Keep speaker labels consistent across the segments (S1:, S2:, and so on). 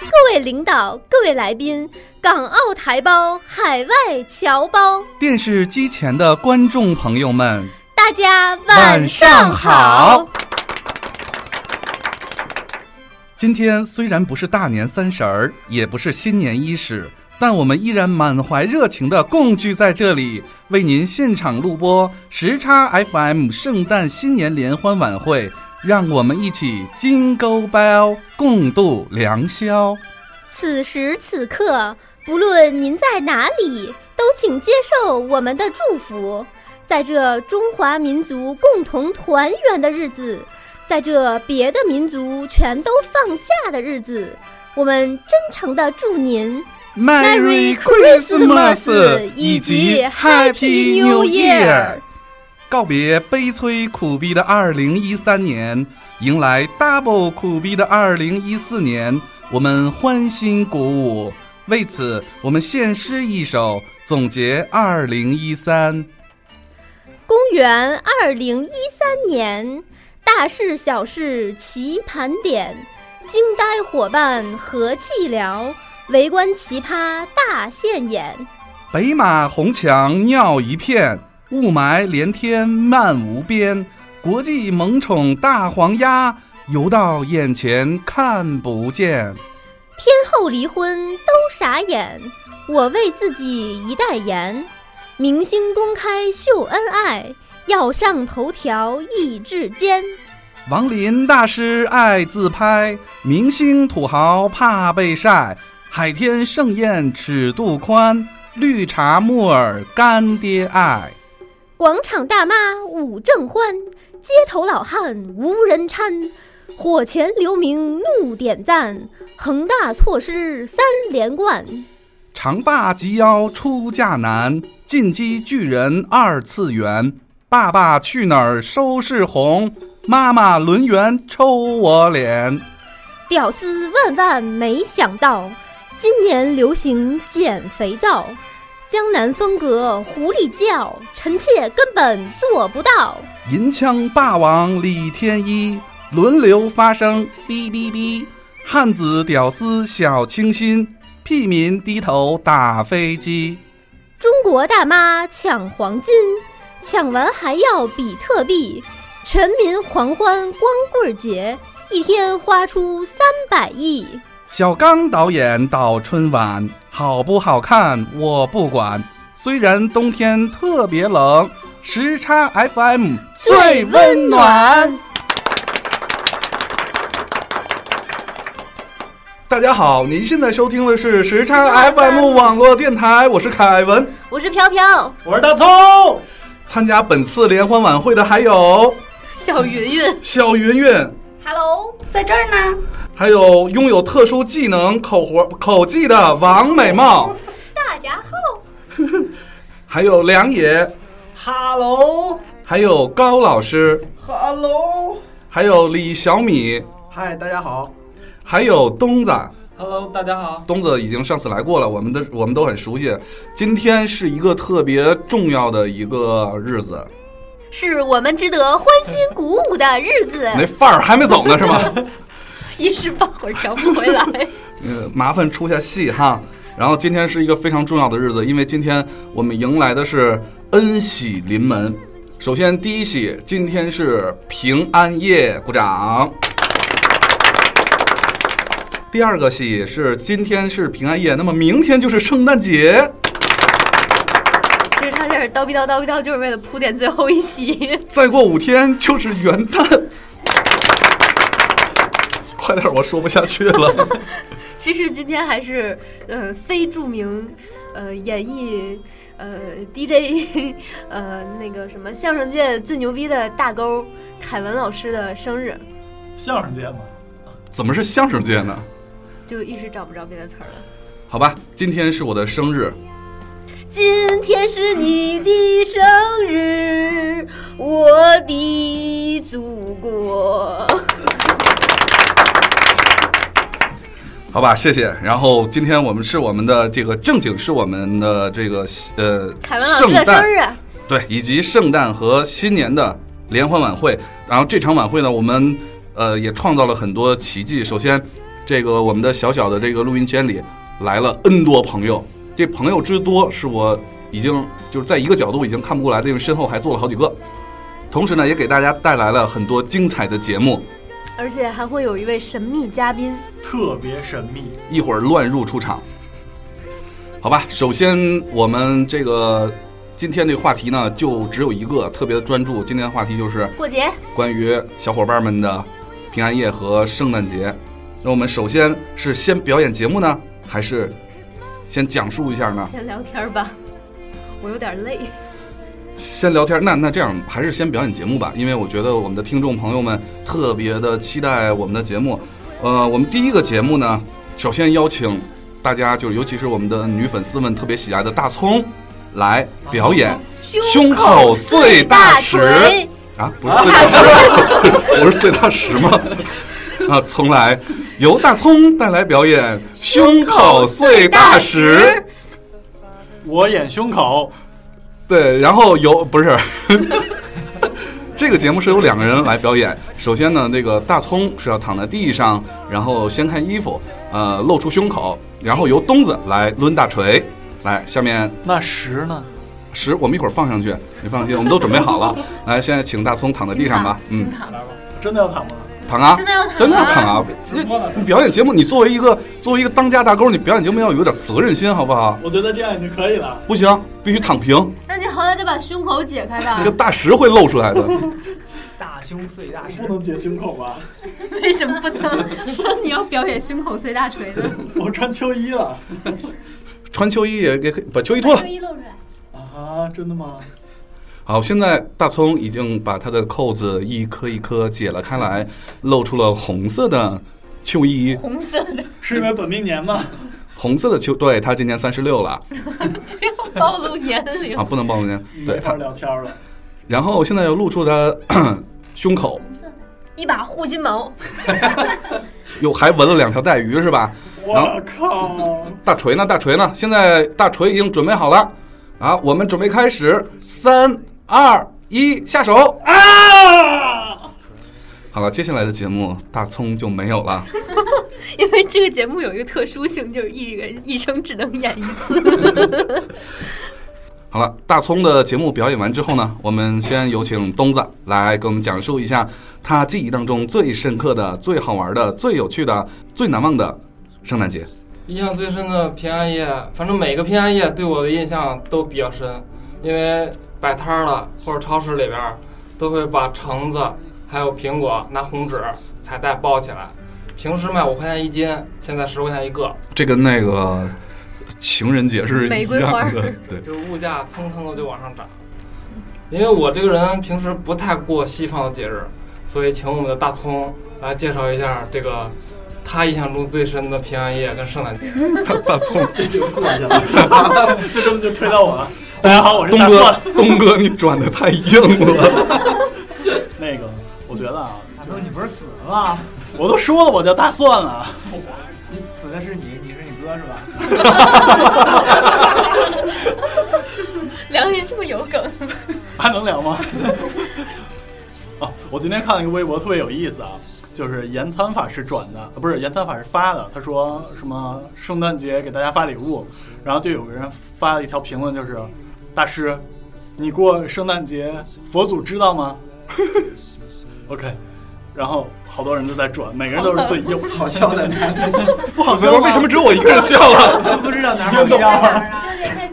S1: 各位领导、各位来宾、港澳台胞、海外侨胞，
S2: 电视机前的观众朋友们，
S1: 大家
S2: 晚
S1: 晚上
S2: 上好
S1: 好。
S2: 今天虽然不是大年三十儿，也不是新年伊始，但我们依然满怀热情的共聚在这里，为您现场录播时差 FM 圣诞新年联欢晚会。让我们一起金钩包，共度良宵。
S1: 此时此刻，不论您在哪里，都请接受我们的祝福。在这中华民族共同团圆的日子，在这别的民族全都放假的日子，我们真诚的祝您
S2: Merry Christmas 以及 Happy New Year，告别悲催苦逼的2013年，迎来 double 苦逼的2014年，我们欢欣鼓舞。为此，我们献诗一首，总结2013。
S1: 公元二零一三年，大事小事齐盘点，惊呆伙伴和气聊，围观奇葩大现眼。
S2: 北马红墙尿一片，雾霾连天漫无边。国际萌宠大黄鸭，游到眼前看不见。
S1: 天后离婚都傻眼，我为自己一代言。明星公开秀恩爱，要上头条意志坚。
S2: 王林大师爱自拍，明星土豪怕被晒。海天盛宴尺度宽，绿茶木耳干爹爱。
S1: 广场大妈舞正欢，街头老汉无人搀。火前留名怒点赞，恒大措施三连冠。
S2: 长发及腰出嫁难，进击巨人二次元。爸爸去哪儿收视红，妈妈轮圆抽我脸。
S1: 屌丝万万没想到，今年流行减肥皂，江南风格狐狸叫，臣妾根本做不到。
S2: 银枪霸王李天一，轮流发声，哔哔哔。汉子屌丝小清新，屁民低头打飞机。
S1: 中国大妈抢黄金，抢完还要比特币，全民狂欢光棍节，一天花出三百亿。
S2: 小刚导演导春晚，好不好看我不管。虽然冬天特别冷，时差 FM
S1: 最温暖。
S2: 大家好，您现在收听的是时差 FM 网络电台，我是凯文，
S1: 我是飘飘，
S2: 我是大葱。参加本次联欢晚会的还有
S1: 小云云
S2: 小云云，
S1: ，Hello，在这儿呢。
S2: 还有拥有特殊技能口活口技的王美貌，
S1: 大家好，
S2: 还有梁野，
S3: 哈喽，
S2: 还有高老师，
S3: 哈喽，
S2: 还有李小米，
S3: 嗨，大家好。
S2: 还有东子。
S4: Hello，大家好。
S2: 东子已经上次来过了，我们的我们都很熟悉。今天是一个特别重要的一个日子，
S1: 是我们值得欢欣鼓舞的日子
S2: 那范儿还没走呢，是吧？
S1: 一时半会儿调不回 来。
S2: 呃，麻烦出下戏哈。然后今天是一个非常重要的日子，因为今天我们迎来的是恩喜临门。首先第一喜，今天是平安夜，鼓掌。第二个喜是今天是平安夜，那么明天就是圣诞节。
S5: 其实他这儿叨逼叨叨逼叨，就是为了铺垫最后一席。
S2: 再过五天就是元旦。 快点儿，我说不下去了。
S5: 其实今天还是呃非著名呃演艺呃 DJ 呃那个什么相声界最牛逼的大钩凯文老师的生日，
S3: 相声节目，
S2: 怎么是相声界呢？
S5: 就一时找不着别的词儿了。
S2: 好吧，今天是我的生日，
S5: 今天是你的生日，我的祖国。
S2: 好吧，谢谢。然后今天我们是我们的这个正经，是我们的这个呃
S5: 凯文老师的生日，
S2: 对，以及圣诞和新年的联欢晚会。然后这场晚会呢，我们呃也创造了很多奇迹。首先，这个我们的小小的这个录音间里来了 N 多朋友，这朋友之多是我已经就是在一个角度已经看不过来的，因为身后还坐了好几个。同时呢，也给大家带来了很多精彩的节目，
S5: 而且还会有一位神秘嘉宾，
S3: 特别神秘。
S2: 一会儿乱入出场，好吧？首先我们这个今天这个话题呢，就只有一个特别的专注。今天的话题就是
S5: 过节
S2: 关于小伙伴们的平安夜和圣诞节。那我们首先是先表演节目呢，还是先讲述一下呢？
S5: 先聊天吧， 我有点累。
S2: 先聊天，那那这样还是先表演节目吧，因为我觉得我们的听众朋友们特别的期待我们的节目。呃，我们第一个节目呢，首先邀请大家，就是尤其是我们的女粉丝们特别喜爱的大葱来表演啊胸口碎大石啊，不是碎大石， 不是碎大石吗？啊，从来由大葱带来表演胸口碎大石，
S3: 我演胸口，
S2: 对，然后由不是，这个节目是由两个人来表演。首先呢，那个大葱是要躺在地上，然后掀开衣服，呃，露出胸口，然后由东子来抡大锤。来，下面
S3: 那十呢？
S2: 十我们一会儿放上去，你放心，我们都准备好了。来，现在请大葱躺在地上吧，嗯
S5: 新，躺，新躺
S3: 真的要躺吗？
S2: 躺啊
S5: 真，的要躺，
S2: 真的要躺！啊！
S3: 直播呢
S2: 你表演节目，你作为一个作为一个当家大哥，你表演节目要有点责任心，好不好？
S3: 我觉得这样已经可以了。
S2: 不行，必须躺平，
S5: 那你好歹得把胸口解开吧
S2: 这个？大石会露出来的。
S4: 大胸碎大
S3: 不能解胸口 吧？
S5: 为什么不能？说你要表演胸口碎大锤呢？
S3: 我穿秋衣了
S2: 穿秋衣也也可以把秋衣脱了。
S1: 一露出来，
S3: 啊！真的吗？
S2: 好，现在大葱已经把他的扣子一颗一颗解了开来，露出了红色的秋衣，
S5: 红色的
S3: 是因为本命年吗？
S2: 红色的秋。对他今年三十六了
S5: 暴露年龄
S2: 啊，，不能暴露年。对
S3: 没法
S2: 他，
S3: 聊天了。
S2: 然后现在又露出他 咳胸口，
S5: 一把护心毛，
S2: 又还纹了两条带鱼是吧？
S3: 我靠！
S2: 大锤呢？大锤呢？现在大锤已经准备好了啊！我们准备开始，三二一，下手！
S3: 啊！
S2: 好了，接下来的节目大葱就没有了。
S5: 因为这个节目有一个特殊性，就是一人一生只能演一次。
S2: 好了，大葱的节目表演完之后呢，我们先有请东子来给我们讲述一下他记忆当中最深刻的、最好玩的、最有趣的、最难忘的圣诞节。
S4: 印象最深的平安夜，反正每个平安夜对我的印象都比较深，因为摆摊儿了或者超市里边儿都会把橙子还有苹果拿红纸彩带包起来，平时卖五块钱一斤，现在十块钱一个，
S2: 这跟那个情人节是一
S5: 玫瑰花
S2: 样
S5: 儿
S2: 的，对。
S4: 就是物价蹭蹭的就往上涨。因为我这个人平时不太过西方的节日，所以请我们的大葱来介绍一下这个他印象中最深的平安夜跟圣诞节。
S2: 大大葱，
S3: 这就过去了，就 这么就推到我了。大家好，我是
S2: 东
S3: 大
S2: 哥
S3: 蒜。，
S2: 东哥，你转的太硬了。
S3: 那个，我觉得啊，
S6: 大哥，你不是死了吗？
S3: 我都说了我叫大蒜了，
S6: 你死的是你，你是你哥是吧？
S5: 梁爷这么有梗，
S3: 还能聊吗？ 哦，我今天看了一个微博，特别有意思啊，就是严参法师转的，呃不是严参法师发的。他说什么圣诞节给大家发礼物，然后就有个人发了一条评论，就是大师，你过圣诞节佛祖知道吗 ？OK，然后好多人都在转，每个人都 是最右，
S6: 好笑在哪里？
S3: 不好
S2: 怎么
S3: 笑吗
S2: 为什么只有我一个人笑啊了？
S6: 不知道哪好笑啊！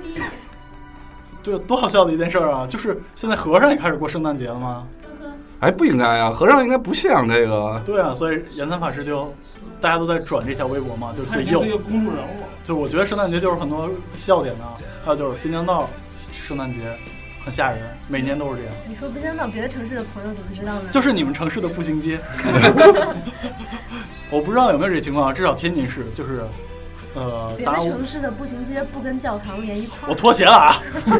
S3: 对，多好笑的一件事儿啊！就是现在和尚也开始过圣诞节了吗？
S2: 哎，不应该啊，和尚应该不像这个。
S3: 对啊，所以延参法师就大家都在转这条微博嘛，就是最右。
S6: 公众人物，
S3: 就我觉得圣诞节就是很多笑点啊，还有就是滨江道圣诞节很吓人，每年都是这样。
S5: 你说不香港别的城市的朋友怎么知
S6: 嗯
S5: 道呢？
S3: 就是你们城市的步 行街，我不知道有没有这情况，至少天津市就是，呃，
S5: 别的
S3: 打我
S5: 城市的步行街不跟教堂连一块
S3: 我
S5: 儿，
S3: 脱鞋了啊。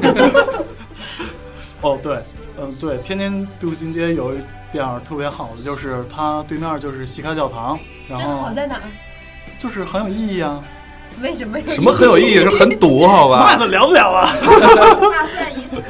S3: 哦，对，嗯，对，天津步行街有一点儿特别好的，就是它对面就是西开教堂，然
S5: 这
S3: 后
S5: 好在哪儿？
S3: 就是很有意义啊。
S5: 为什么？
S2: 什么很有意义？是很堵，好 吧？
S3: 那聊不了啊。
S7: 大蒜已死，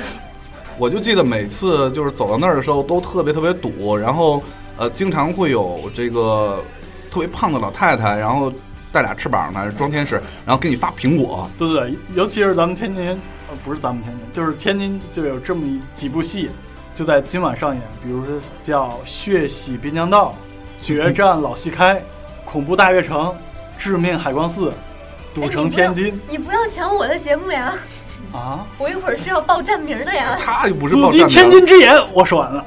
S2: 我就记得每次就是走到那儿的时候都特别特别堵，然后呃，经常会有这个特别胖的老太太，然后带俩翅膀呢，装天使，然后给你发苹果。
S3: 对对对，尤其是咱们天津，呃，不是咱们天津，就是天津就有这么一几部戏，就在今晚上演，比如说叫《血洗滨江道》《决战老戏开》《恐怖大悦城》《致命海光寺》《赌城天津
S5: 你不要抢我的节目呀！》
S3: 啊，
S5: 我一会儿是要报站名的呀。
S2: 他又不
S3: 《
S2: 是
S3: 阻
S2: 报
S3: 击
S2: 站
S3: 天
S2: 名
S3: 津之眼》，我说完了。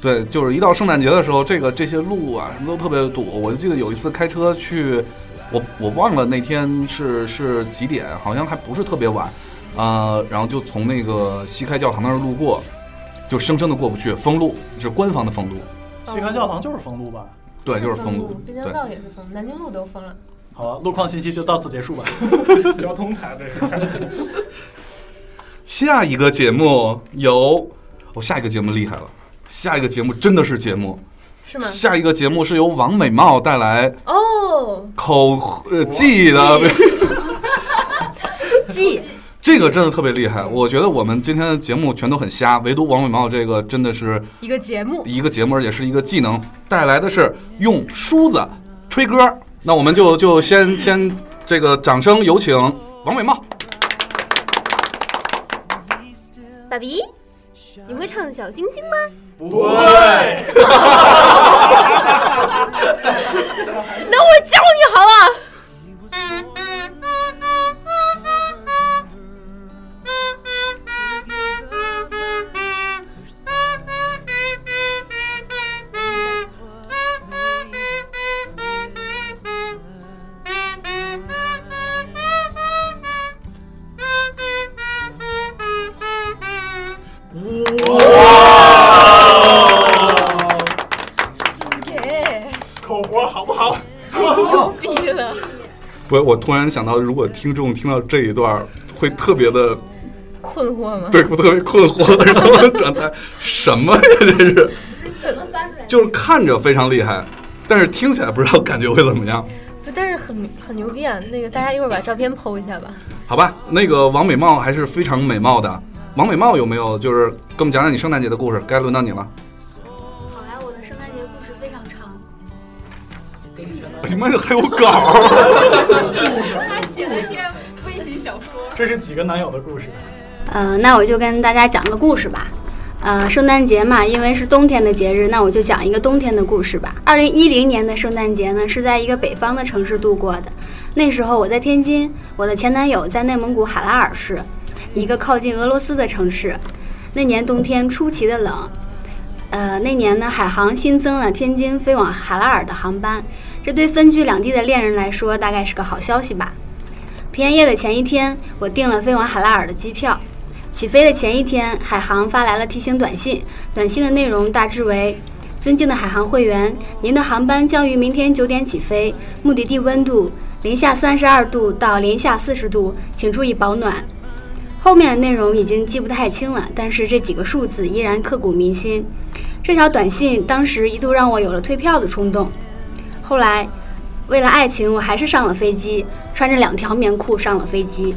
S2: 对，就是一到圣诞节的时候，这个这些路啊什么都特别堵。我就记得有一次开车去，我我忘了那天是是几点，好像还不是特别晚，呃，然后就从那个西开教堂那儿路过，就生生的过不去，封路是官方的封路，
S3: 西开教堂就是封路吧？
S2: 对，就是封路，
S5: 滨江
S2: 对。
S5: 道也是封，南京路都封了。
S3: 好了，路况信息就到此结束吧。
S4: 交通台这是。
S2: 下一个节目有，哦，下一个节目厉害了，下一个节目真的是节目，
S5: 是吗？
S2: 下一个节目是由王美茂带来
S5: 哦，
S2: 口呃记的。
S5: 记
S2: 这个真的特别厉害，我觉得我们今天的节目全都很瞎，唯独王美茂这个真的是
S5: 一个节目，
S2: 一个节目，而且是一个技能，带来的是用梳子吹歌。那我们就就先先这个掌声有请王美茂。
S5: 爸比，你会唱小星星吗？
S3: 不
S5: 那我教你好了。耶，
S3: 口活好不好？
S5: 毙了！
S2: 我我突然想到，如果听众听到这一段儿，会特别的
S5: 困惑吗？
S2: 对，我特别困惑，然后状态什么呀？这是
S5: 怎么发出来？
S2: 就是看着非常厉害，但是听起来不知道感觉会怎么样。
S5: 但是很很牛逼啊！那个大家一会儿把照片剖一下吧。
S2: 好吧，那个王美貌还是非常美貌的。王美貌有没有就是给我们讲讲你圣诞节的故事？该轮到你了。
S8: 好呀，我的圣诞节故事非常长，
S2: 你哎妈的还有稿儿？
S7: 他写了一篇微型小说。
S3: 这是几个男友的故事。
S8: 呃，那我就跟大家讲个故事吧。呃，圣诞节嘛，因为是冬天的节日，那我就讲一个冬天的故事吧。二零一零年的圣诞节呢，是在一个北方的城市度过的。那时候我在天津，我的前男友在内蒙古海拉尔市，一个靠近俄罗斯的城市。那年冬天出奇的冷，呃，那年呢，海航新增了天津飞往海拉尔的航班，这对分居两地的恋人来说，大概是个好消息吧。平安夜的前一天，我订了飞往海拉尔的机票。起飞的前一天，海航发来了提醒短信，短信的内容大致为：尊敬的海航会员，您的航班将于明天九点起飞，目的地温度零下三十二度到零下四十度，请注意保暖。后面的内容已经记不太清了，但是这几个数字依然刻骨铭心。这条短信当时一度让我有了退票的冲动，后来为了爱情，我还是上了飞机，穿着两条棉裤上了飞机。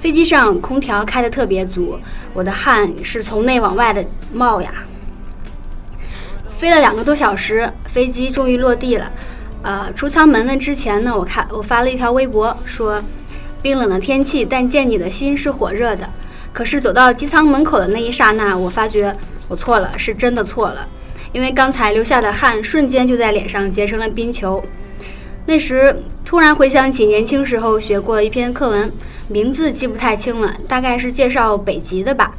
S8: 飞机上空调开得特别足，我的汗是从内往外的冒呀。飞了两个多小时，飞机终于落地了。呃，出舱门了之前呢，我看我发了一条微博说，冰冷的天气，但见你的心是火热的。可是走到机舱门口的那一刹那，我发觉我错了，是真的错了，因为刚才流下的汗瞬间就在脸上结成了冰球。那时突然回想起年轻时候学过一篇课文，名字记不太清了，大概是介绍北极的吧。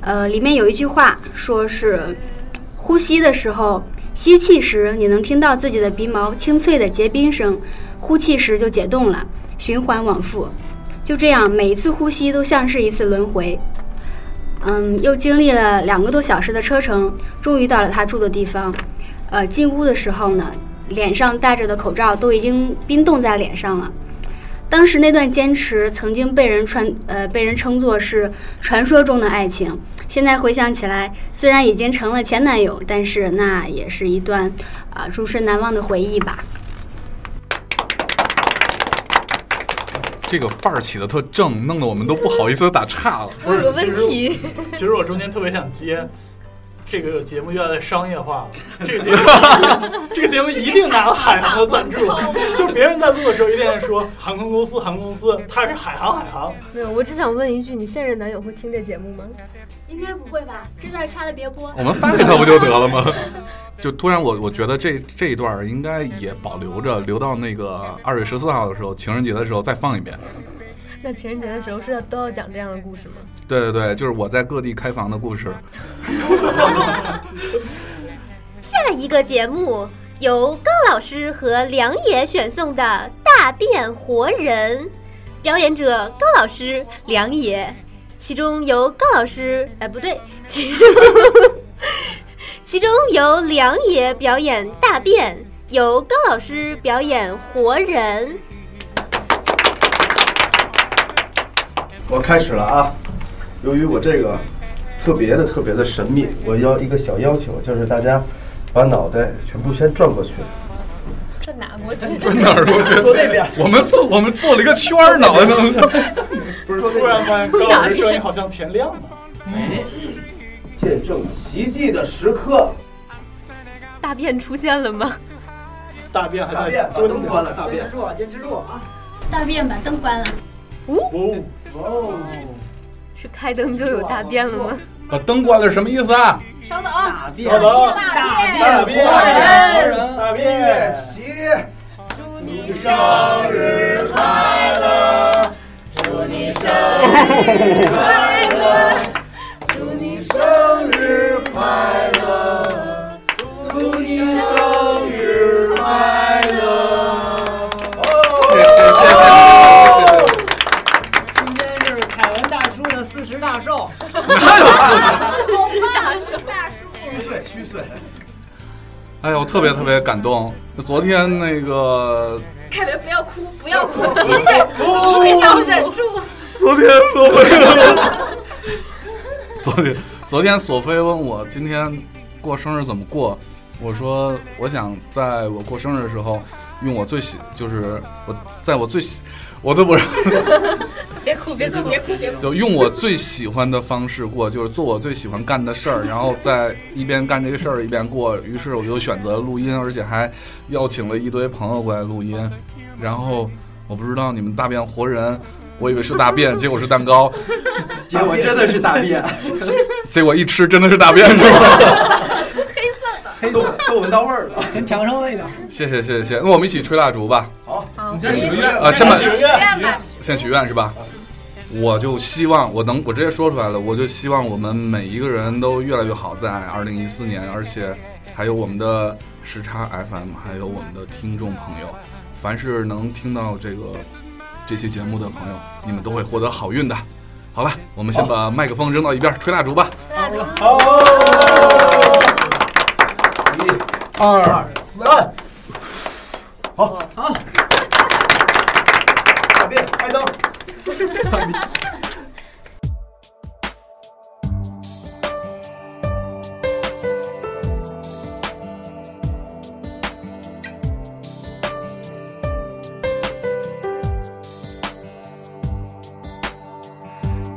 S8: 呃，里面有一句话说是，呼吸的时候，吸气时你能听到自己的鼻毛清脆的结冰声，呼气时就解冻了，循环往复。就这样，每一次呼吸都像是一次轮回。嗯，又经历了两个多小时的车程，终于到了他住的地方。呃，进屋的时候呢，脸上戴着的口罩都已经冰冻在脸上了。当时那段坚持曾经被人传呃被人称作是传说中的爱情，现在回想起来，虽然已经成了前男友，但是那也是一段啊、终身难忘的回忆吧。
S2: 这个范儿起的特正，弄得我们都不好意思打岔了。
S5: 我有个问
S3: 不是
S5: 题，
S3: 其实我中间特别想接，这个节目越来越商业化了，这个节目这个节目一定拿了海航的赞助，就别人在录的时候一定说航空公司航空公司，他是海航海航，
S5: 没有，我只想问一句，你现任男友会听这节目吗？
S8: 应该不会吧？这段掐了别播。
S2: 我们发给他不就得了吗？ 就突然我我觉得这这一段应该也保留着，留到那个二月十四号的时候，情人节的时候再放一遍。
S5: 那情人节的时候是要都要讲这样的故事吗？
S2: 对对对，就是我在各地开房的故事。
S1: 下一个节目由高老师和梁野选送的《大变活人》，表演者高老师、梁野，其中由高老师，哎不对， 其中其中由梁野表演大变，由高老师表演活人。
S9: 我开始了啊！由于我这个特别的特别的神秘，我要一个小要求，就是大家把脑袋全部先转过去，
S5: 这哪过去？
S2: 转哪儿？我觉
S9: 坐
S2: 得
S9: 那边，
S2: 我们做我们做了一个圈儿呢，我能
S9: 不是坐
S3: 突
S9: 那
S3: 然
S9: 边，
S3: 发现高老师声音好像田亮了。
S9: 见证奇迹的时刻。
S5: 大便出现了吗？
S3: 大便还
S9: 大
S3: 在
S9: 便，把灯关了，大
S6: 坚
S9: 便
S6: 持。住啊，坚持住啊！
S8: 大便把灯关了，
S3: 哦，
S6: 哦，
S5: 是开灯就有大便了吗？
S2: 把灯关了是什么意思啊？
S7: 稍等啊，
S6: 大便，
S3: 稍等大便
S6: 人，大
S9: 变
S6: 便，
S9: 喜，
S7: 祝你生日快乐！
S9: 祝你生日快乐！
S2: 谢谢谢谢谢谢。
S6: 今天是凯文大叔的四十大寿，
S9: 虚岁虚岁，
S2: 哎呦，我特别特别感动。昨天那个，
S7: 凯文不要哭，不要哭，请忍住，一定要忍住。
S2: 昨天索菲， 昨天昨天索菲问我今天过生日怎么过，我说我想在我过生日的时候，用我最喜就是我在我最喜，我都不是。
S5: 别哭，别哭，别哭，别哭！
S2: 就用我最喜欢的方式过，就是做我最喜欢干的事儿，然后再一边干这个事儿一边过。于是我就选择录音，而且还邀请了一堆朋友过来录音。然后我不知道你们大变活人，我以为是大便，结果是蛋糕，
S9: 结果真的是大便，
S2: 结果一吃真的是大便，是吧？
S9: 都 都闻到味 儿了。
S6: 先尝尝味 道。
S2: 谢谢谢谢谢谢，那我们一起吹蜡烛吧，
S9: 好，
S6: 你
S4: 先许个
S9: 愿
S2: 啊先把
S7: 许愿吧，
S2: 先许愿是吧？我就希望我能，我直接说出来了，我就希望我们每一个人都越来越好，在二零一四年，而且还有我们的时差 FM，还有我们的听众朋友，凡是能听到这个这期节目的朋友，你们都会获得好运的。好了，我们先把麦克风扔到一边，吹蜡烛吧。
S3: 好，
S9: 一、二、三，好，好，大便开灯。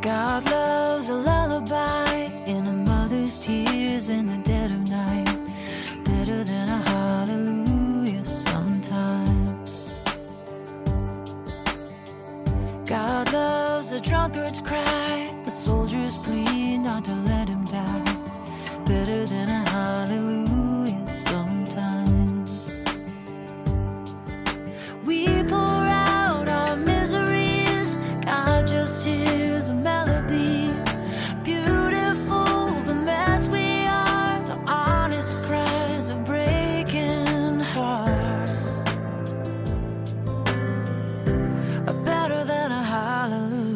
S10: God loves a lullaby in a mother's tears in the dead of night. Better than a hallelujah sometimes. God loves a drunkard's cry, the soldier's plea not to let him die. Better than a hallelujah sometimes. We pour out our miseries, God just hears a melody. Beautiful, the mess we are, the honest cries of breaking hearts are better than a hallelujah.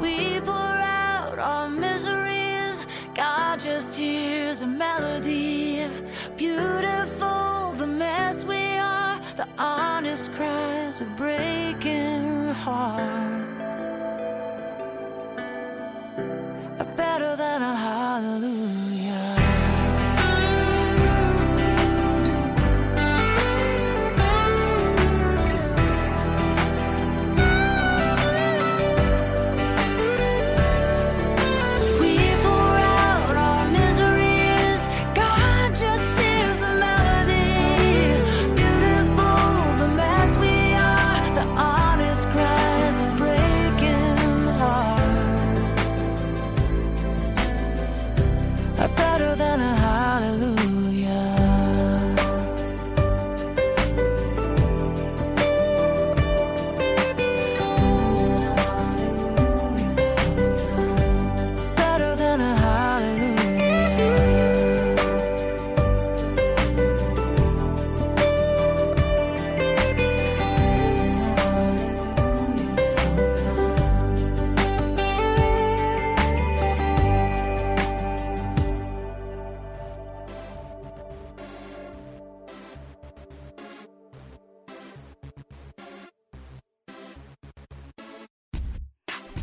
S10: We pour out our miseries. God just hears a melody. Beautiful, the mess we are. The honest cries of breaking hearts are better than a hallelujah. We pour out our miseries. God just hears a melody. Beautiful, the mess we are. The honest cries of breaking hearts are better than a hallelujah. Better than a hallelujah.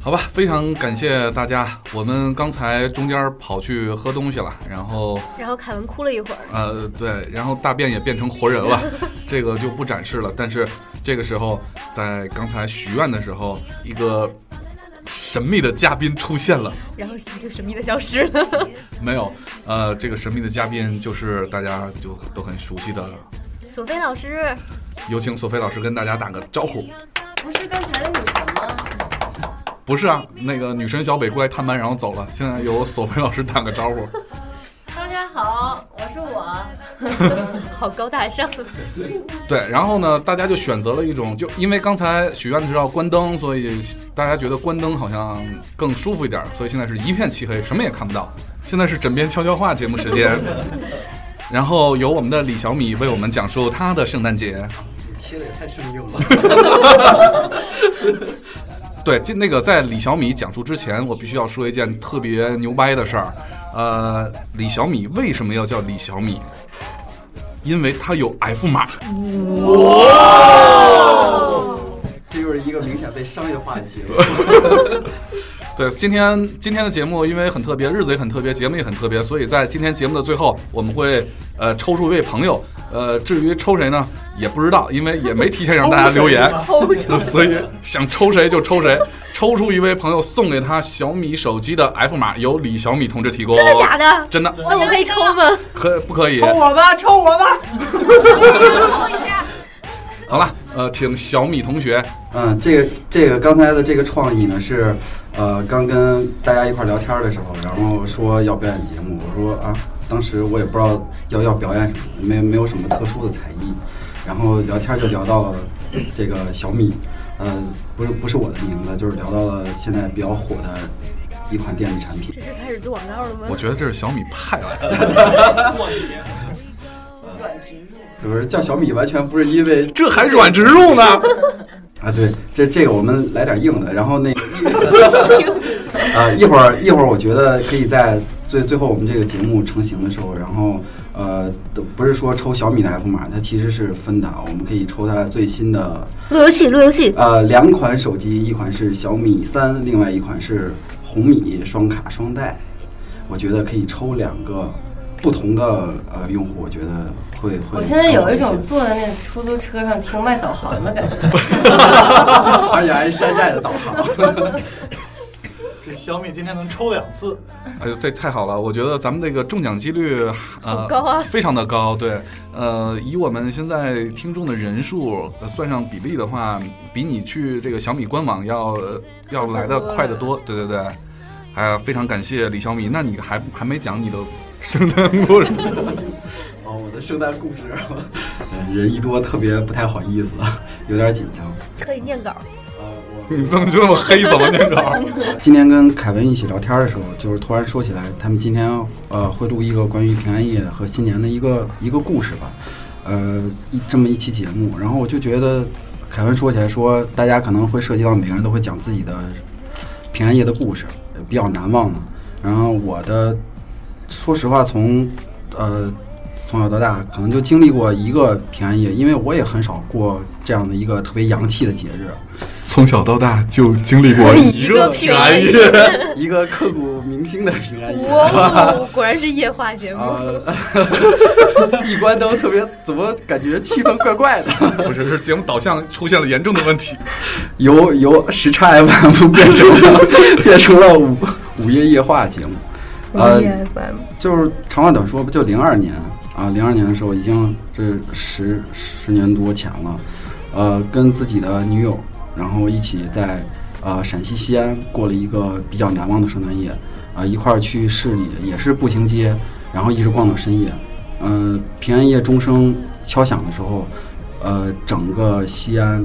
S2: 好吧，非常感谢大家。我们刚才中间跑去喝东西了，然后
S5: 然后凯文哭了一会儿，
S2: 呃，对，然后大便也变成活人了， 这个就不展示了。但是这个时候，在刚才许愿的时候，一个神秘的嘉宾出现了。
S5: 然后就神秘的消失了。
S2: 没有，呃，这个神秘的嘉宾就是大家就都很熟悉的，
S5: 索菲老师，
S2: 有请索菲老师跟大家打个招呼。
S7: 不是刚才的女神吗？
S2: 不是啊，那个女神小北过来探班，然后走了。现在由索菲老师打个招呼。
S7: 大家好，我是我。
S5: 好高大上。
S2: 对，然后呢，大家就选择了一种，就因为刚才许愿的时候要关灯，所以大家觉得关灯好像更舒服一点，所以现在是一片漆黑，什么也看不到。现在是枕边悄悄话节目时间， 然后由我们的李小米为我们讲述他的圣诞节。
S6: 贴的也太生硬了。
S2: 对，就那个在李小米讲述之前，我必须要说一件特别牛掰的事儿。呃，李小米为什么要叫李小米？因为他有 F 码。
S6: 这又是一个明显被商业化的节目。
S2: 对，今天今天的节目因为很特别，日子也很特别，节目也很特别，所以在今天节目的最后，我们会呃抽出一位朋友。呃，至于抽谁呢，也不知道，因为也没提前让 大家留言， 所以想抽谁就抽谁。抽出一位朋友送给他小米手机的 F 码，由李小米同志提供。
S5: 真的假的？
S2: 真的，
S5: 那哦我可以抽吗？
S2: 可不可以？
S6: 抽我吧，抽我吧！
S2: 好了，呃，请小米同学，
S11: 嗯，这个这个刚才的这个创意呢是，呃，刚跟大家一块儿聊天的时候，然后说要表演节目，我说啊，当时我也不知道要要表演什么，没没有什么特殊的才艺，然后聊天就聊到了这个小米，呃，不是不是我的名字，就是聊到了现在比较火的一款电子产品。
S5: 这是开始做广告了吗？
S2: 我觉得这是小米派来的。
S7: 软植入。
S11: 就是叫小米，完全不是因为
S2: 这还软植入呢？
S11: 啊，对，这这个我们来点硬的，然后那个，啊，一会儿一会儿，我觉得可以在最最后我们这个节目成型的时候，然后呃，都不是说抽小米的 F 码，它其实是分的，我们可以抽它最新的
S1: 路由器，路由器，
S11: 呃两款手机，一款是小米三，另外一款是红米双卡双待，我觉得可以抽两个不同的呃用户，我觉得会会。
S7: 我现在有一种
S11: 会
S7: 坐在那出租车上听卖导航的感觉。
S11: 而且还是山寨的导航。
S3: 这小米今天能抽两次，
S2: 哎呦，这太好了！我觉得咱们这个中奖几率呃
S5: 好高啊
S2: 非常的高。对，呃，以我们现在听众的人数、呃算上比例的话，比你去这个小米官网要呃要来的快得多。对对对，哎呀，非常感谢李小米。那你还还没讲你的圣诞故事？
S11: 哦，我的圣诞故事，对人一多特别不太好意思，有点紧张。
S5: 可以念稿。
S11: 啊
S2: 你怎么就那么黑？怎么那个？
S11: 今天跟凯文一起聊天的时候，就是突然说起来，他们今天呃会录一个关于平安夜和新年的一个一个故事吧，呃一这么一期节目，然后我就觉得凯文说起来说，大家可能会涉及到每个人都会讲自己的平安夜的故事，呃比较难忘的。然后我的，说实话，从呃从小到大，可能就经历过一个平安夜，因为我也很少过这样的一个特别洋气的节日。
S2: 从小到大就经历过 一个平安夜，
S11: 一个刻骨铭心的平安夜。
S5: 哇哦，果然是夜话节目。
S11: 一关灯特别，怎么感觉气氛怪怪的？
S2: 不是，是节目导向出现了严重的问题。
S11: 由由时差 FM 变成了变成了午午夜夜话节目。呃
S5: 午夜 FM
S11: 就是长话短说吧，就零二年啊，零二年的时候已经是十十年多前了，呃，跟自己的女友，然后一起在呃陕西西安过了一个比较难忘的圣诞夜，啊、一块儿去市里也是步行街，然后一直逛到深夜，嗯、平安夜钟声敲响的时候，呃，整个西安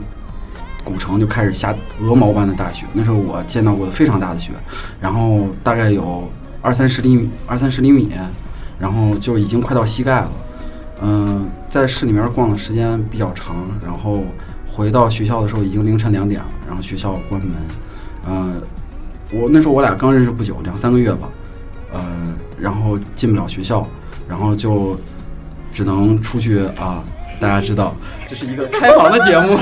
S11: 古城就开始下鹅毛般的大雪，那是我见到过的非常大的雪，然后大概有二三十厘米，二三十厘米，然后就已经快到膝盖了。嗯、在市里面逛的时间比较长，然后回到学校的时候已经凌晨两点了，然后学校关门。呃，我那时候我俩刚认识不久，两三个月吧，呃，然后进不了学校，然后就只能出去啊。大家知道，这是一个开房的节目，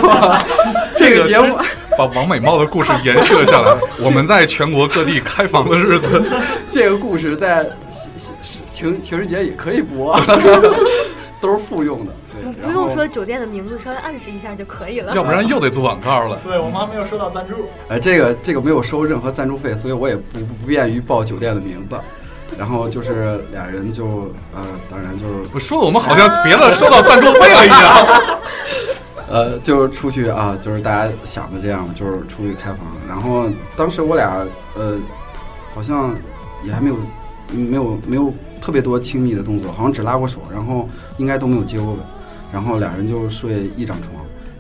S11: 这个节目
S2: 把王美茂的故事延续了下 来。我们在全国各地开房的日子，
S11: 这个故事在西西是情情人节也可以播， 都是复用的。对，
S5: 不用说酒店的名字，稍微暗示一下就可以了。
S2: 要不然又得做广告了。
S3: 对我们还没有收到赞助，
S11: 呃，这个这个没有收任何赞助费，所以我也不不便于报酒店的名字。然后就是俩人就呃，当然就是
S2: 我说我们好像别的收到赞助费了一样。
S11: 呃，就是出去啊，就是大家想的这样，就是出去开房。然后当时我俩呃，好像也还没有没有没有特别多亲密的动作，好像只拉过手，然后应该都没有接过吻。然后俩人就睡一张床，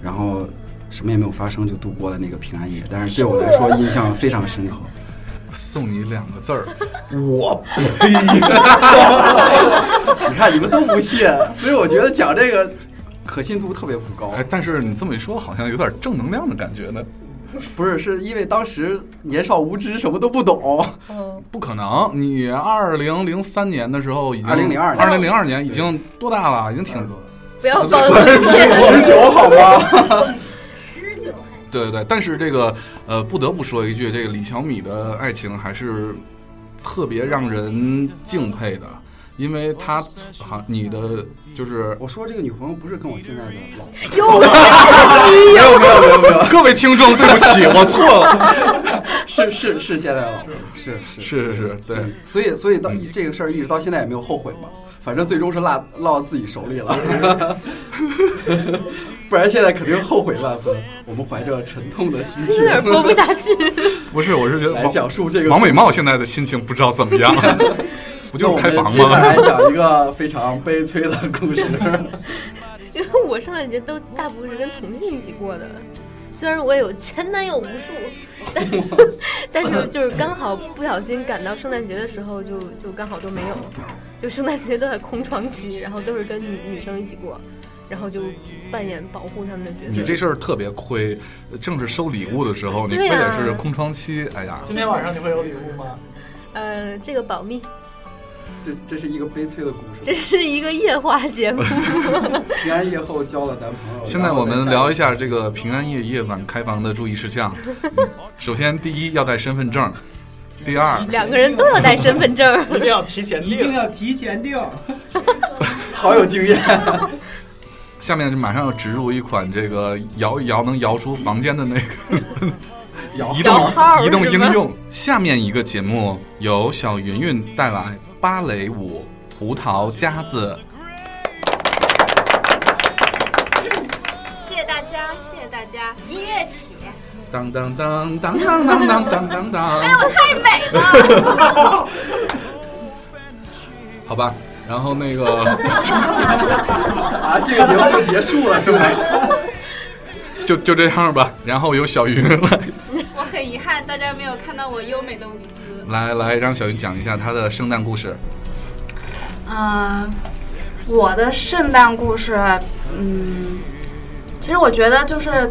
S11: 然后什么也没有发生，就度过了那个平安夜。但是对我来 说印象非常深刻。
S2: 送你两个字儿，
S11: 我呸！你看你们都不 信，所以我觉得讲这个可信度特别不高。
S2: 哎，但是你这么一说，好像有点正能量的感觉呢。
S11: 不是，是因为当时年少无知，什么都不懂。
S5: 嗯
S2: 不可能，你二零零三年的时候已经
S11: 2002年
S2: 二零零二年已经多大了？已经挺
S5: 不要
S2: 暴
S5: 暴
S2: 露
S5: 露
S2: 年龄
S11: 十九好吗？
S2: 对对对，但是这个呃，不得不说一句，这个李小米的爱情还是特别让人敬佩的，因为他好你的就是
S11: 我说这个女朋友不是跟我现在的老婆。
S5: 又
S2: 没有没有没有没有， 各位听众，对不起，我错了，
S11: 是是是现在的老婆，是 是
S2: 是是是，对。
S11: 嗯所以所以到这个事儿一直到现在也没有后悔嘛，反正最终是落落到自己手里了， 不然现在肯定后悔万分。我们怀着沉痛的心情
S5: 有点播不下去。
S2: 不是，我是觉得
S11: 来
S2: 王
S11: 讲述这个
S2: 王美茂现在的心情不知道怎么 样，不就是开房
S11: 那我们接下来
S2: 吗？
S11: 讲一个非常悲催的故事。
S5: 因为我圣诞节都大部分是跟同性一起过的，虽然我有前男友无数， 但是但是就是刚好不小心赶到圣诞节的时候就，就刚好都没有，就圣诞节都在空窗期，然后都是跟女女生一起过，然后就扮演保护他们的角色。
S2: 你这事儿特别亏，正是收礼物的时候，你
S5: 对
S2: 非
S5: 呀
S2: 得是空窗期。哎呀，
S3: 今天晚上你会有礼物吗？
S5: 呃，这个保密，
S11: 这这是一个悲催的故事。
S5: 这是一个夜话节目。
S11: 平安夜后交了男朋友。
S2: 现在我们聊一下这个平安夜夜晚开房的注意事 项。嗯首先，第一要带身份证，第二
S5: 两个人都要带身份证儿，
S3: 一定要提前
S6: 一定
S3: 定。
S6: 要提前 定。
S11: 好有经验。
S2: 下面马上要植入一款这个摇一摇能摇出房间的那个
S11: 摇
S2: 移
S5: 摇
S2: 动
S5: 号儿
S2: 移动
S5: 是
S2: 应
S5: 吗
S2: 用。下面一个节目由小云云带来芭蕾舞《葡萄夹子》。
S7: 谢谢大家，谢谢大家，音乐起，
S2: 当当当当当当当当当当，
S7: 哎太美了，
S2: 好吧。然后那个
S11: 啊，这个节目就结束了，是吧？
S2: 就就这样吧。然后由小云来
S7: 我很遗憾大家没有看到我优美的舞姿。
S2: 来 来，让小云讲一下她的圣诞故事。
S12: 嗯，我的圣诞故事，嗯，其实我觉得就是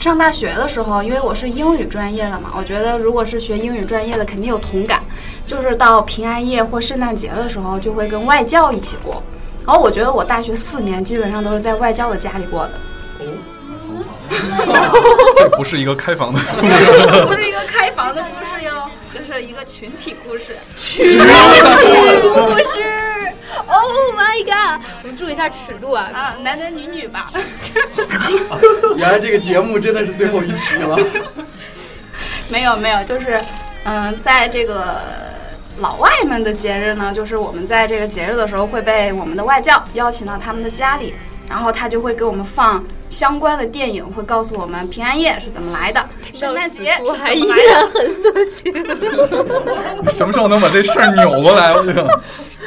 S12: 上大学的时候，因为我是英语专业的嘛，我觉得如果是学英语专业的，肯定有同感。就是到平安夜或圣诞节的时候，就会跟外教一起过。然后我觉得我大学四年基本上都是在外教的家里过的。
S2: 这不是一个开房的，
S13: 不是一个开房的故事哟，这是一个群体故事。
S2: 群
S13: 体 故事，Oh my god！我们注意一下尺度啊，啊，男男女女吧。
S11: 原来这个节目真的是最后一期了。
S12: 没有没有，就是嗯、呃在这 个老外们的节日呢，就是我们在这个节日的时候会被我们的外教邀请到他们的家里，然后他就会给我们放相关的电影，会告诉我们平安夜是怎么来的，圣诞节是怎么来的。
S13: 很色情。
S2: 你什么时候能把这事儿扭过 来？我想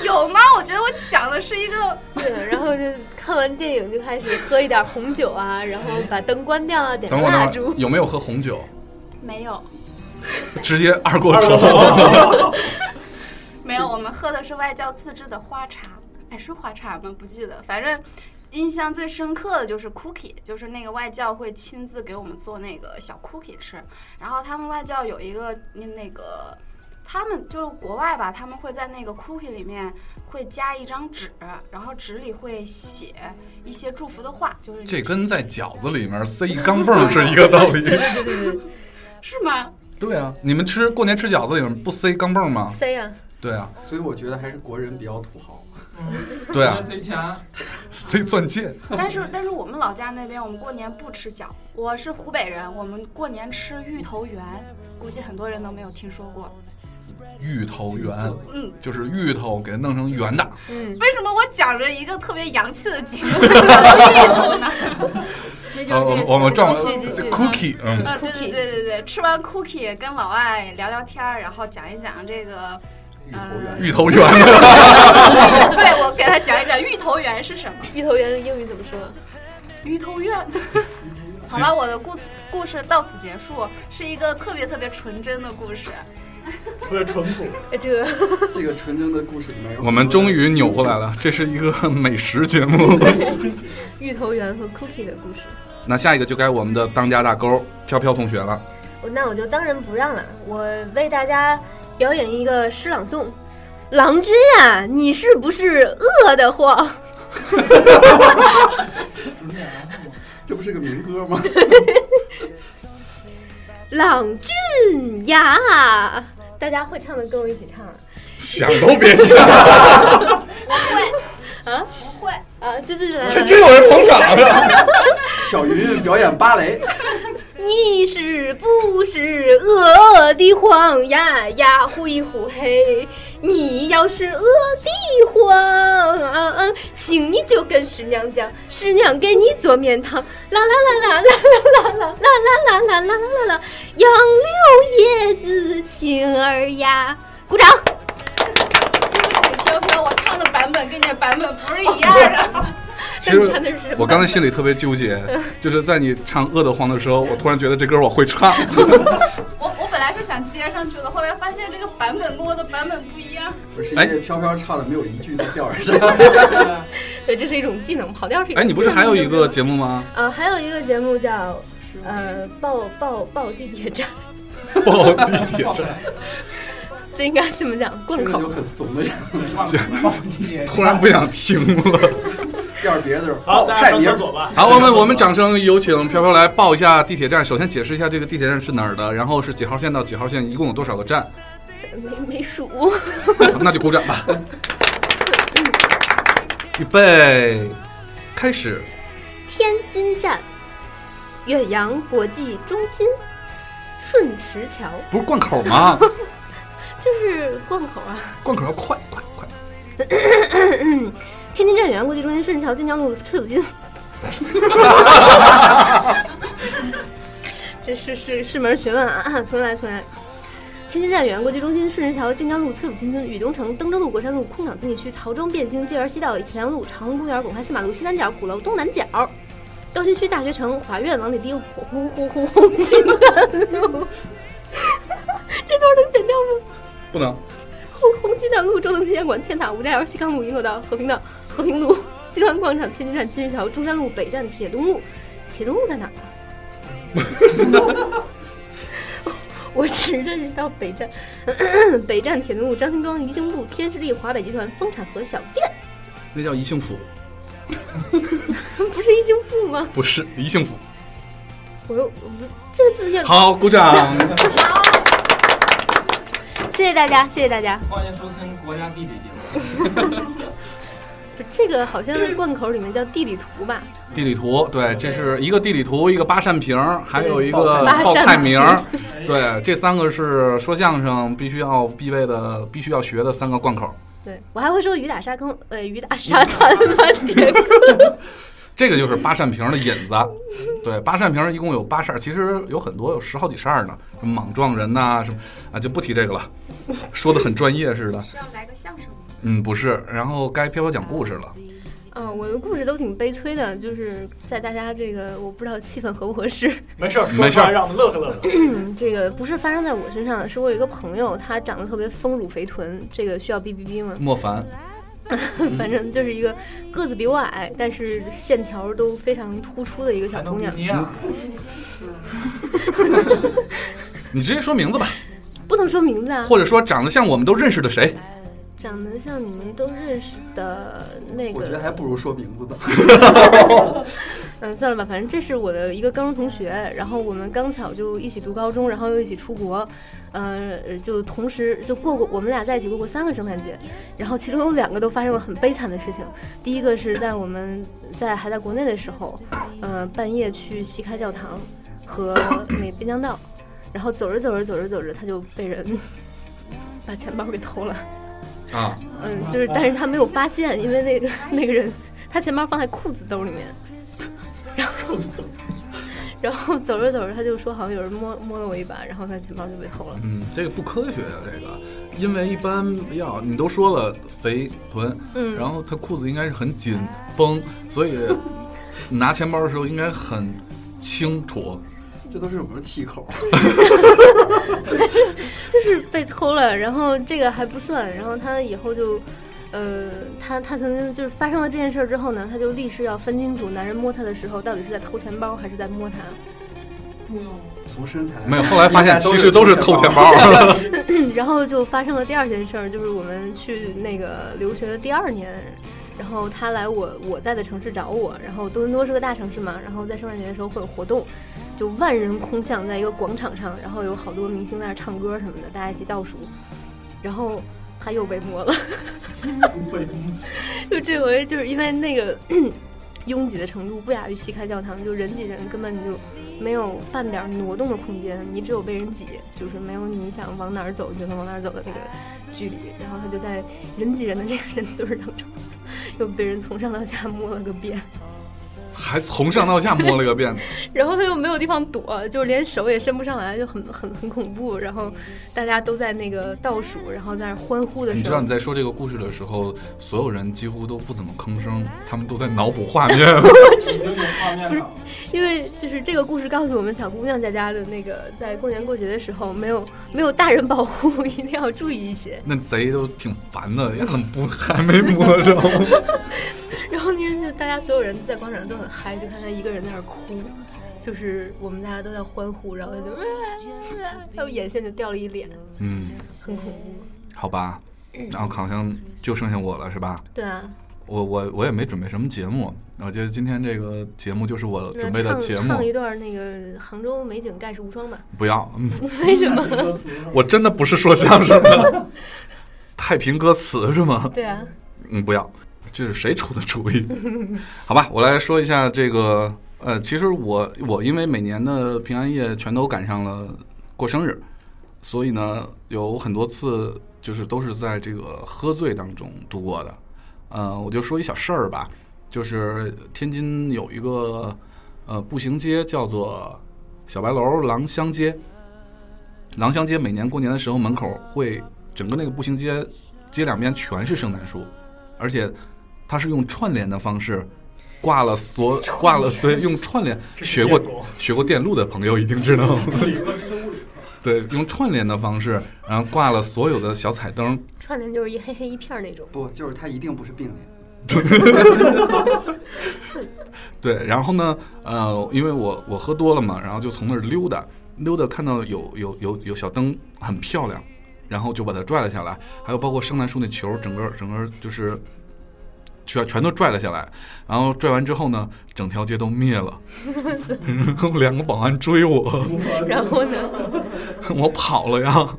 S12: 有吗？我觉得我讲的是一个
S14: 对， 然后就看完电影就开始喝一点红酒啊，然后把灯关掉啊，点个
S2: 等会儿
S14: 蜡
S2: 等会
S14: 烛
S2: 儿，。有没有喝红酒？
S12: 没有
S2: 直接二锅
S12: 二
S2: 头
S12: 锅。没有，我们喝的是外教自制的花茶，哎，是花茶吗？不记得，反正印象最深刻的就是 cookie，就是那个外教会亲自给我们做那个小 cookie 吃，然后他们外教有一个那那个。他们就是国外吧，他们会在那个 cookie 里面会加一张纸，然后纸里会写一些祝福的话，就是 你
S2: 这跟在饺子里面塞一钢镚儿是一个道理。
S12: 对对对对对，是吗？
S2: 对啊，你们吃过年吃饺子里面不塞钢镚儿吗？
S14: 塞呀、
S2: 对啊，
S11: 所以我觉得还是国人比较土豪。
S2: 对啊
S4: 谁强？
S2: 塞钻戒。
S12: 但是但是我们老家那边，我们过年不吃饺。我是湖北人，我们过年吃芋头圆，估计很多人都没有听说过。
S2: 芋头圆，
S12: 嗯
S2: 就是芋头给它弄成圆的。
S12: 嗯，为什么我讲着一个特别洋气的 节目芋头呢？
S14: 这
S2: 呃，我们我们撞
S12: 继续继续
S2: cookie，嗯，
S12: 啊，对对对对对，吃完 cookie 跟老外聊聊天儿，然后讲一讲这个。
S2: 嗯芋头圆。
S12: 对，我给他 讲一讲芋头圆是什么。
S14: 芋头圆英语怎么说？
S12: 芋头圆。好了，我的故事故事到此结束，是一个特别特别纯真的故事。
S5: 特别淳朴。
S14: 哎这个
S11: 这个纯真的故事里面有，
S2: 我们终于扭过来了，这是一个 美食节目。
S14: 芋头圆和 cookie 的故事。
S2: 那下一个就该我们的当家大钩飘飘同学了。
S14: 我那我就当仁不让了，我为大家表演一个诗朗诵。郎君啊，你是不是饿 得慌？
S11: 这不是个民歌吗？
S14: 郎君呀，大家会唱的跟我一起唱啊。
S2: 想都别 想，
S14: 啊，不会啊，对对对，
S2: 这真有人捧场啊了。
S11: 小云云表演芭蕾，
S14: 你是不是饿得慌呀呀呼一呼嘿？你要是饿得慌，请你就跟师娘讲，师娘给你做面汤。啦啦啦啦啦啦啦啦啦啦啦啦啦啦，杨柳叶子青儿呀，鼓掌。
S12: 对不起，飘飘，我唱的版本跟你的版本不是一样的。
S2: 其实
S12: 但你看的是嗯什么
S2: 我刚才心里特别纠结，就是在你唱《饿得慌》的时候，我突然觉得这歌我会 唱。
S12: 我我本来是想接上去的，后来发现这个版本跟我的版本不一样。
S11: 不是因为飘飘唱的没有一句在调上。
S14: 对，这是一种技能，跑调是一种
S2: 哎，你不是还有一个节目吗？
S14: 呃，还有一个节目叫呃报报报地铁站，
S2: 报哦地铁站，
S14: 这应该怎么讲？贯口
S11: 就很怂的样
S2: 子，突然不想听了。
S11: 调儿别的时候，
S5: 好大家
S11: 菜
S5: 上
S11: 名
S5: 厕所吧
S2: 好，我们我们掌声有请飘飘来报一下地铁站。首先解释一下这个地铁站是哪儿的，然后是几号线到几号线，一共有多少个站？
S14: 没没数。
S2: 那就鼓掌吧。预备，开始。
S15: 天津站，
S14: 远洋国际中心，顺驰桥，
S2: 不是贯口吗？
S14: 就是贯口啊。
S2: 贯口要快快快！
S14: 天津站远洋国际中心顺驰桥晋江路赤子津。 这是是是门学问啊！重来重来。天津站远洋国际中心顺驰桥晋江路崔府新村宇东城登州路国山路空港经济区曹庄汴兴街园西道以前路长虹公园巩汉司马路西南角鼓楼东南角。郊心区大学城华苑往里堤火红红红红旗南路，这段能剪掉吗？
S2: 不能。
S14: 红红旗南路中正纪念馆天塔吴家窑西康路营口道和平道和平路金湾广场天津站金石桥中山路北站铁东路，铁东路在哪儿啊？我持着是到北站， 北站铁路张辛庄宜兴路天士利华北集团丰产和小店，
S2: 那叫宜兴府，
S14: 不是宜兴部吗？
S2: 不是宜兴府。
S14: 我又我不这个字要
S2: 好，鼓掌。
S14: 谢谢大家，谢谢大家。
S4: 欢迎收听国家地理节目。
S14: 不这个好像是贯口里面叫地理图吧？
S2: 地理图，对，这是一个地理图，一个八扇屏，还有一 个
S14: 八扇
S2: 报菜名儿
S14: 屏，
S2: 对，这三个是说相声必须要必备的、必须要学的三个贯口。
S14: 对我还会说雨打沙坑，呃，雨打沙滩翻天 坑。
S2: 这个就是八扇屏的引子，啊对，八扇屏一共有八扇，其实有很多，有十好几扇呢，什么莽撞人呐、什么啊，就不提这个了，说的很专业似的。
S12: 是要来个相声吗？
S2: 嗯，不是，然后该飘飘讲故事了。
S14: 嗯，我的故事都挺悲催的，就是在大家这个我不知道气氛合不合适。
S3: 没事儿，说
S2: 没事儿
S3: 出来让我们乐呵乐呵。
S14: 这个不是发生在我身上的，是我有一个朋友，他长得特别丰乳肥臀，这个需要哔哔哔 吗？
S2: 莫凡，
S14: 反正就是一个个子比我矮，但是线条都非常突出的一个小姑娘。
S3: 啊
S11: 嗯
S2: 你直接说名字吧，
S14: 不能说名字啊，
S2: 或者说长得像我们都认识的谁？
S14: 长得像你们都认识的那
S11: 我觉
S14: 个
S11: 得还不如说名字呢。
S14: 嗯，算了吧，反正这是我的一个高中同学，然后我们刚巧就一起读高中，然后又一起出国，呃，就同时就过过，我们俩在一起过过三个圣诞节，然后其中有两个都发生了很悲惨的事情。第一个是在我们在还在国内的时候，呃，半夜去西开教堂和那滨江道，然后走着走着走着走着，他就被人 把钱包给偷了。
S2: 啊，
S14: 嗯，就是，但是他没有发现，因为那个那个人，他钱包放在裤子兜里面， 然后然后走着走着，他就说好像有人摸摸了我一把，然后他钱包就被偷了。
S2: 嗯，这个不科学啊，这个，因为一般要你都说了肥臀，
S14: 嗯
S2: 然后他裤子应该是很紧绷，所以拿钱包的时候应该很清楚。
S11: 这都是我们气口。
S14: 就是被偷了，然后这个还不算，然后他以后就，呃，他他曾经就是发生了这件事儿之后呢，他就立誓要分清楚男人摸他的时候到底是在偷钱包还是在摸他。
S11: 从身材
S2: 没有后来发现其实都是偷钱包
S14: 然后就发生了第二件事儿，就是我们去那个留学的第二年，然后他来我我在的城市找我，然后多伦多是个大城市嘛，然后在圣诞节的时候会有活动，就万人空巷在一个广场上，然后有好多明星在那儿唱歌什么的，大家一起倒数，然后他又被摸了。就这回就是因为那个 拥挤的程度不亚于西开教堂，就人挤人根本就没有半点挪动的空间，你只有被人挤，就是没有你想往哪儿走就能往哪儿走的那个距离。然后他就在人挤人的这个人堆儿当中，又被人从上到下摸了个遍，
S2: 还从上到下摸了个遍，
S14: 然后他又没有地方躲，就是连手也伸不上来，就很很很恐怖。然后大家都在那个倒数，然后在那儿欢呼的时候，
S2: 你知道你在说这个故事的时候，所有人几乎都不怎么吭声，他们都在脑补画面。
S14: 不是，因为就是这个故事告诉我们，小姑娘在家的那个，在过年过节的时候，没有没有大人保护， 一定要注意一些。
S2: 那贼都挺烦的，呀，怎么不还没摸着？
S14: 然后那天就大家所有人在广场上都很嗨，就看她一个人在那儿哭，就是我们大家都在欢呼，然后她就，她、有眼线就掉了一脸，
S2: 嗯，
S14: 很恐怖。
S2: 好吧，然后好像就剩下我了，是吧？
S14: 对啊，
S2: 我我我也没准备什么节目，我觉得今天这个节目就是我
S14: 那
S2: 准备的
S14: 唱
S2: 节目
S14: 唱，一段那个杭州美景盖世无双吧。
S2: 不要，嗯
S14: 为什么？
S2: 我真的不是说相声的，太平歌词是吗？
S14: 对啊，
S2: 嗯，不要，这是谁出的主意？ 好吧，我来说一下这个。呃，其实我我因为每年的平安夜全都赶上了过生日，所以呢，有很多次就是都是在这个喝醉当中度过的。呃，我就说一小事儿吧，就是天津有一个呃步行街叫做小白楼廊香街，廊香街每年过年的时候门口会整个那个步行街街两边全是圣诞树，而且它是用串联的方式挂了所挂了对用串联学过学过电路的朋友一定知道， 对用串联的方式，然后挂了所有的小彩灯，
S14: 串联就是一黑黑一片儿那种。
S11: 不，就是他一定不是并联。
S2: 对，然后呢，呃，因为我我喝多了嘛，然后就从那儿溜达溜达，看到有有有有小灯很漂亮，然后就把它拽了下来，还有包括圣诞树那球，整个整个就是全全都拽了下来，然后拽完之后呢，整条街都灭了， 然后两个保安追我，
S1: 然后呢？
S2: 我跑了呀，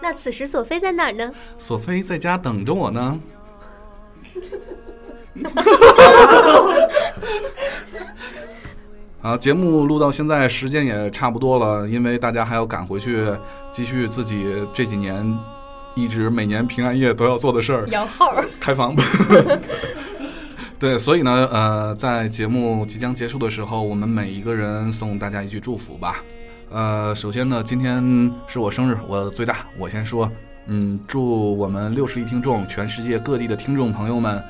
S1: 那此时索菲在哪儿呢？
S2: 索菲在家等着我呢。啊，节目录到现在时间也差不多了，因为大家还要赶回去继续自己这几年一直每年平安夜都要做的事儿，
S7: 摇号儿。
S2: 开房。对，所以呢，呃，在节目即将结束的时候，我们每一个人送大家一句祝福吧。呃，首先呢，今天是我生日，我最大，我先说，嗯，祝我们六十亿听众，全世界各地的听众朋友们，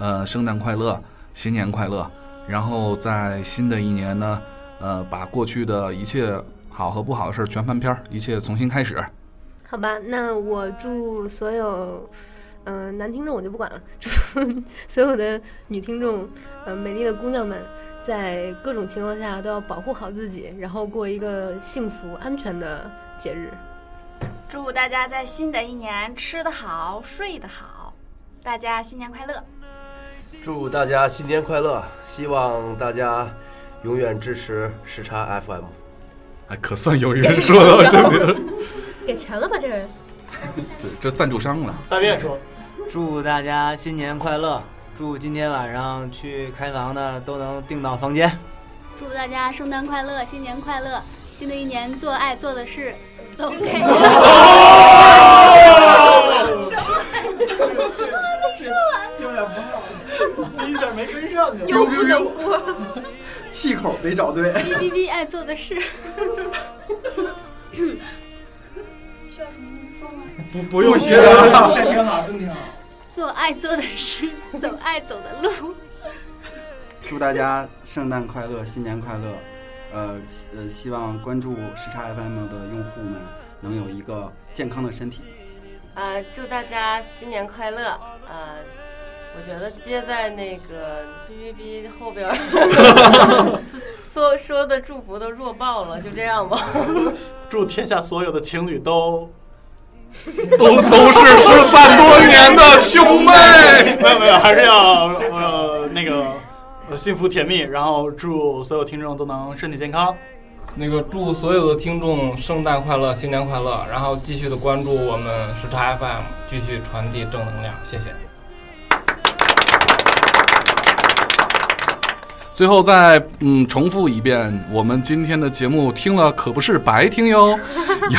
S2: 呃，圣诞快乐，新年快乐。然后在新的一年呢，呃，把过去的一切好和不好的事儿全翻篇儿，一切重新开始。
S14: 好吧，那我祝所有，嗯、男听众我就不管了，祝 所有的女听众，呃，美丽的姑娘们，在各种情况下都要保护好自己，然后过一个幸福安全的节日。
S12: 祝大家在新的一年吃得好，睡得好，大家新年快乐！
S16: 祝大家新年快乐！希望大家永远支持时差 FM。
S2: 哎，可算有一人说到这里了，
S1: 给钱了吧，这人。
S2: 这这赞助商了。
S3: 大便说，
S6: 祝大家新年快乐，祝今天晚上去开房的都能订到房间。
S8: 祝大家圣诞快乐，新年快乐，新的一年做爱做的事，总给。
S3: 有点不好， 一下没跟上去，
S7: 又不能播，
S11: 气口没找对。
S8: 哔哔哔，爱做的事。
S12: 需要什么说吗？
S2: 不
S11: 不用学
S3: 了，
S11: 这
S3: 挺好，真挺好。
S8: 做爱做的事，走爱走的路。
S11: 祝大家圣诞快乐，新年快乐。呃希呃，希望关注时差 FM 的用户们能有一个健康的身体。
S17: 呃，祝大家新年快乐。呃，我觉得接在那个哔哔哔后边儿 说说的祝福都弱爆了，就这样吧。
S3: 祝天下所有的情侣都
S2: 都都是失散多年的兄妹
S3: 没有没有，还是 要呃那个呃幸福甜蜜，然后祝所有听众都能身体健康。
S4: 那个祝所有的听众圣诞快乐，新年快乐，然后继续的关注我们时差 FM，继续传递正能量，谢谢。
S2: 最后再嗯重复一遍，我们今天的节目听了可不是白听 哟，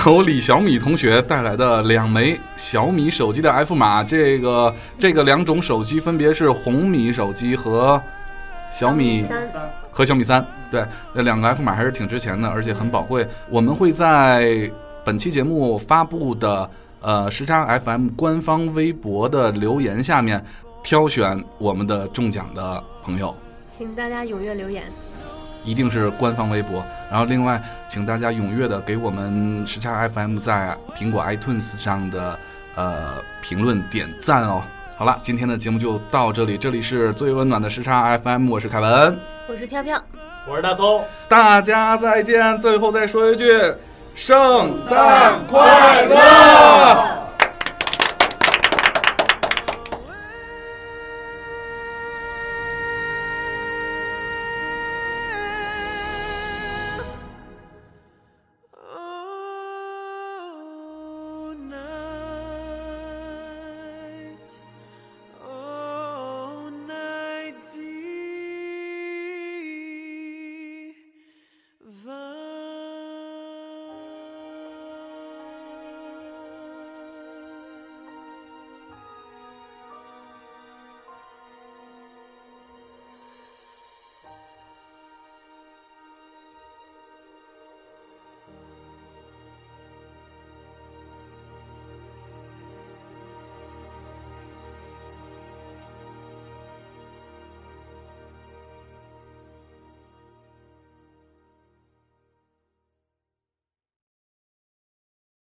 S2: 由李小米同学带来的两枚小米手机的 F 码，这个这个两种手机分别是红米手机和小米
S1: 三
S2: 和小米三，对，那两个 F 码还是挺值钱的，而且很宝贵。我们会在本期节目发布的呃时差 FM 官方微博的留言下面挑选我们的中奖的朋友，
S14: 请大家踊跃留言。
S2: 一定是官方微博。然后另外，请大家踊跃的给我们时差 FM 在苹果 iTunes 上的呃评论点赞哦。好了，今天的节目就到这里，这里是最温暖的时差 FM，我是凯文。
S14: 我是飘飘，
S3: 我是大葱，
S2: 大家再见。最后再说一句，圣诞快
S3: 乐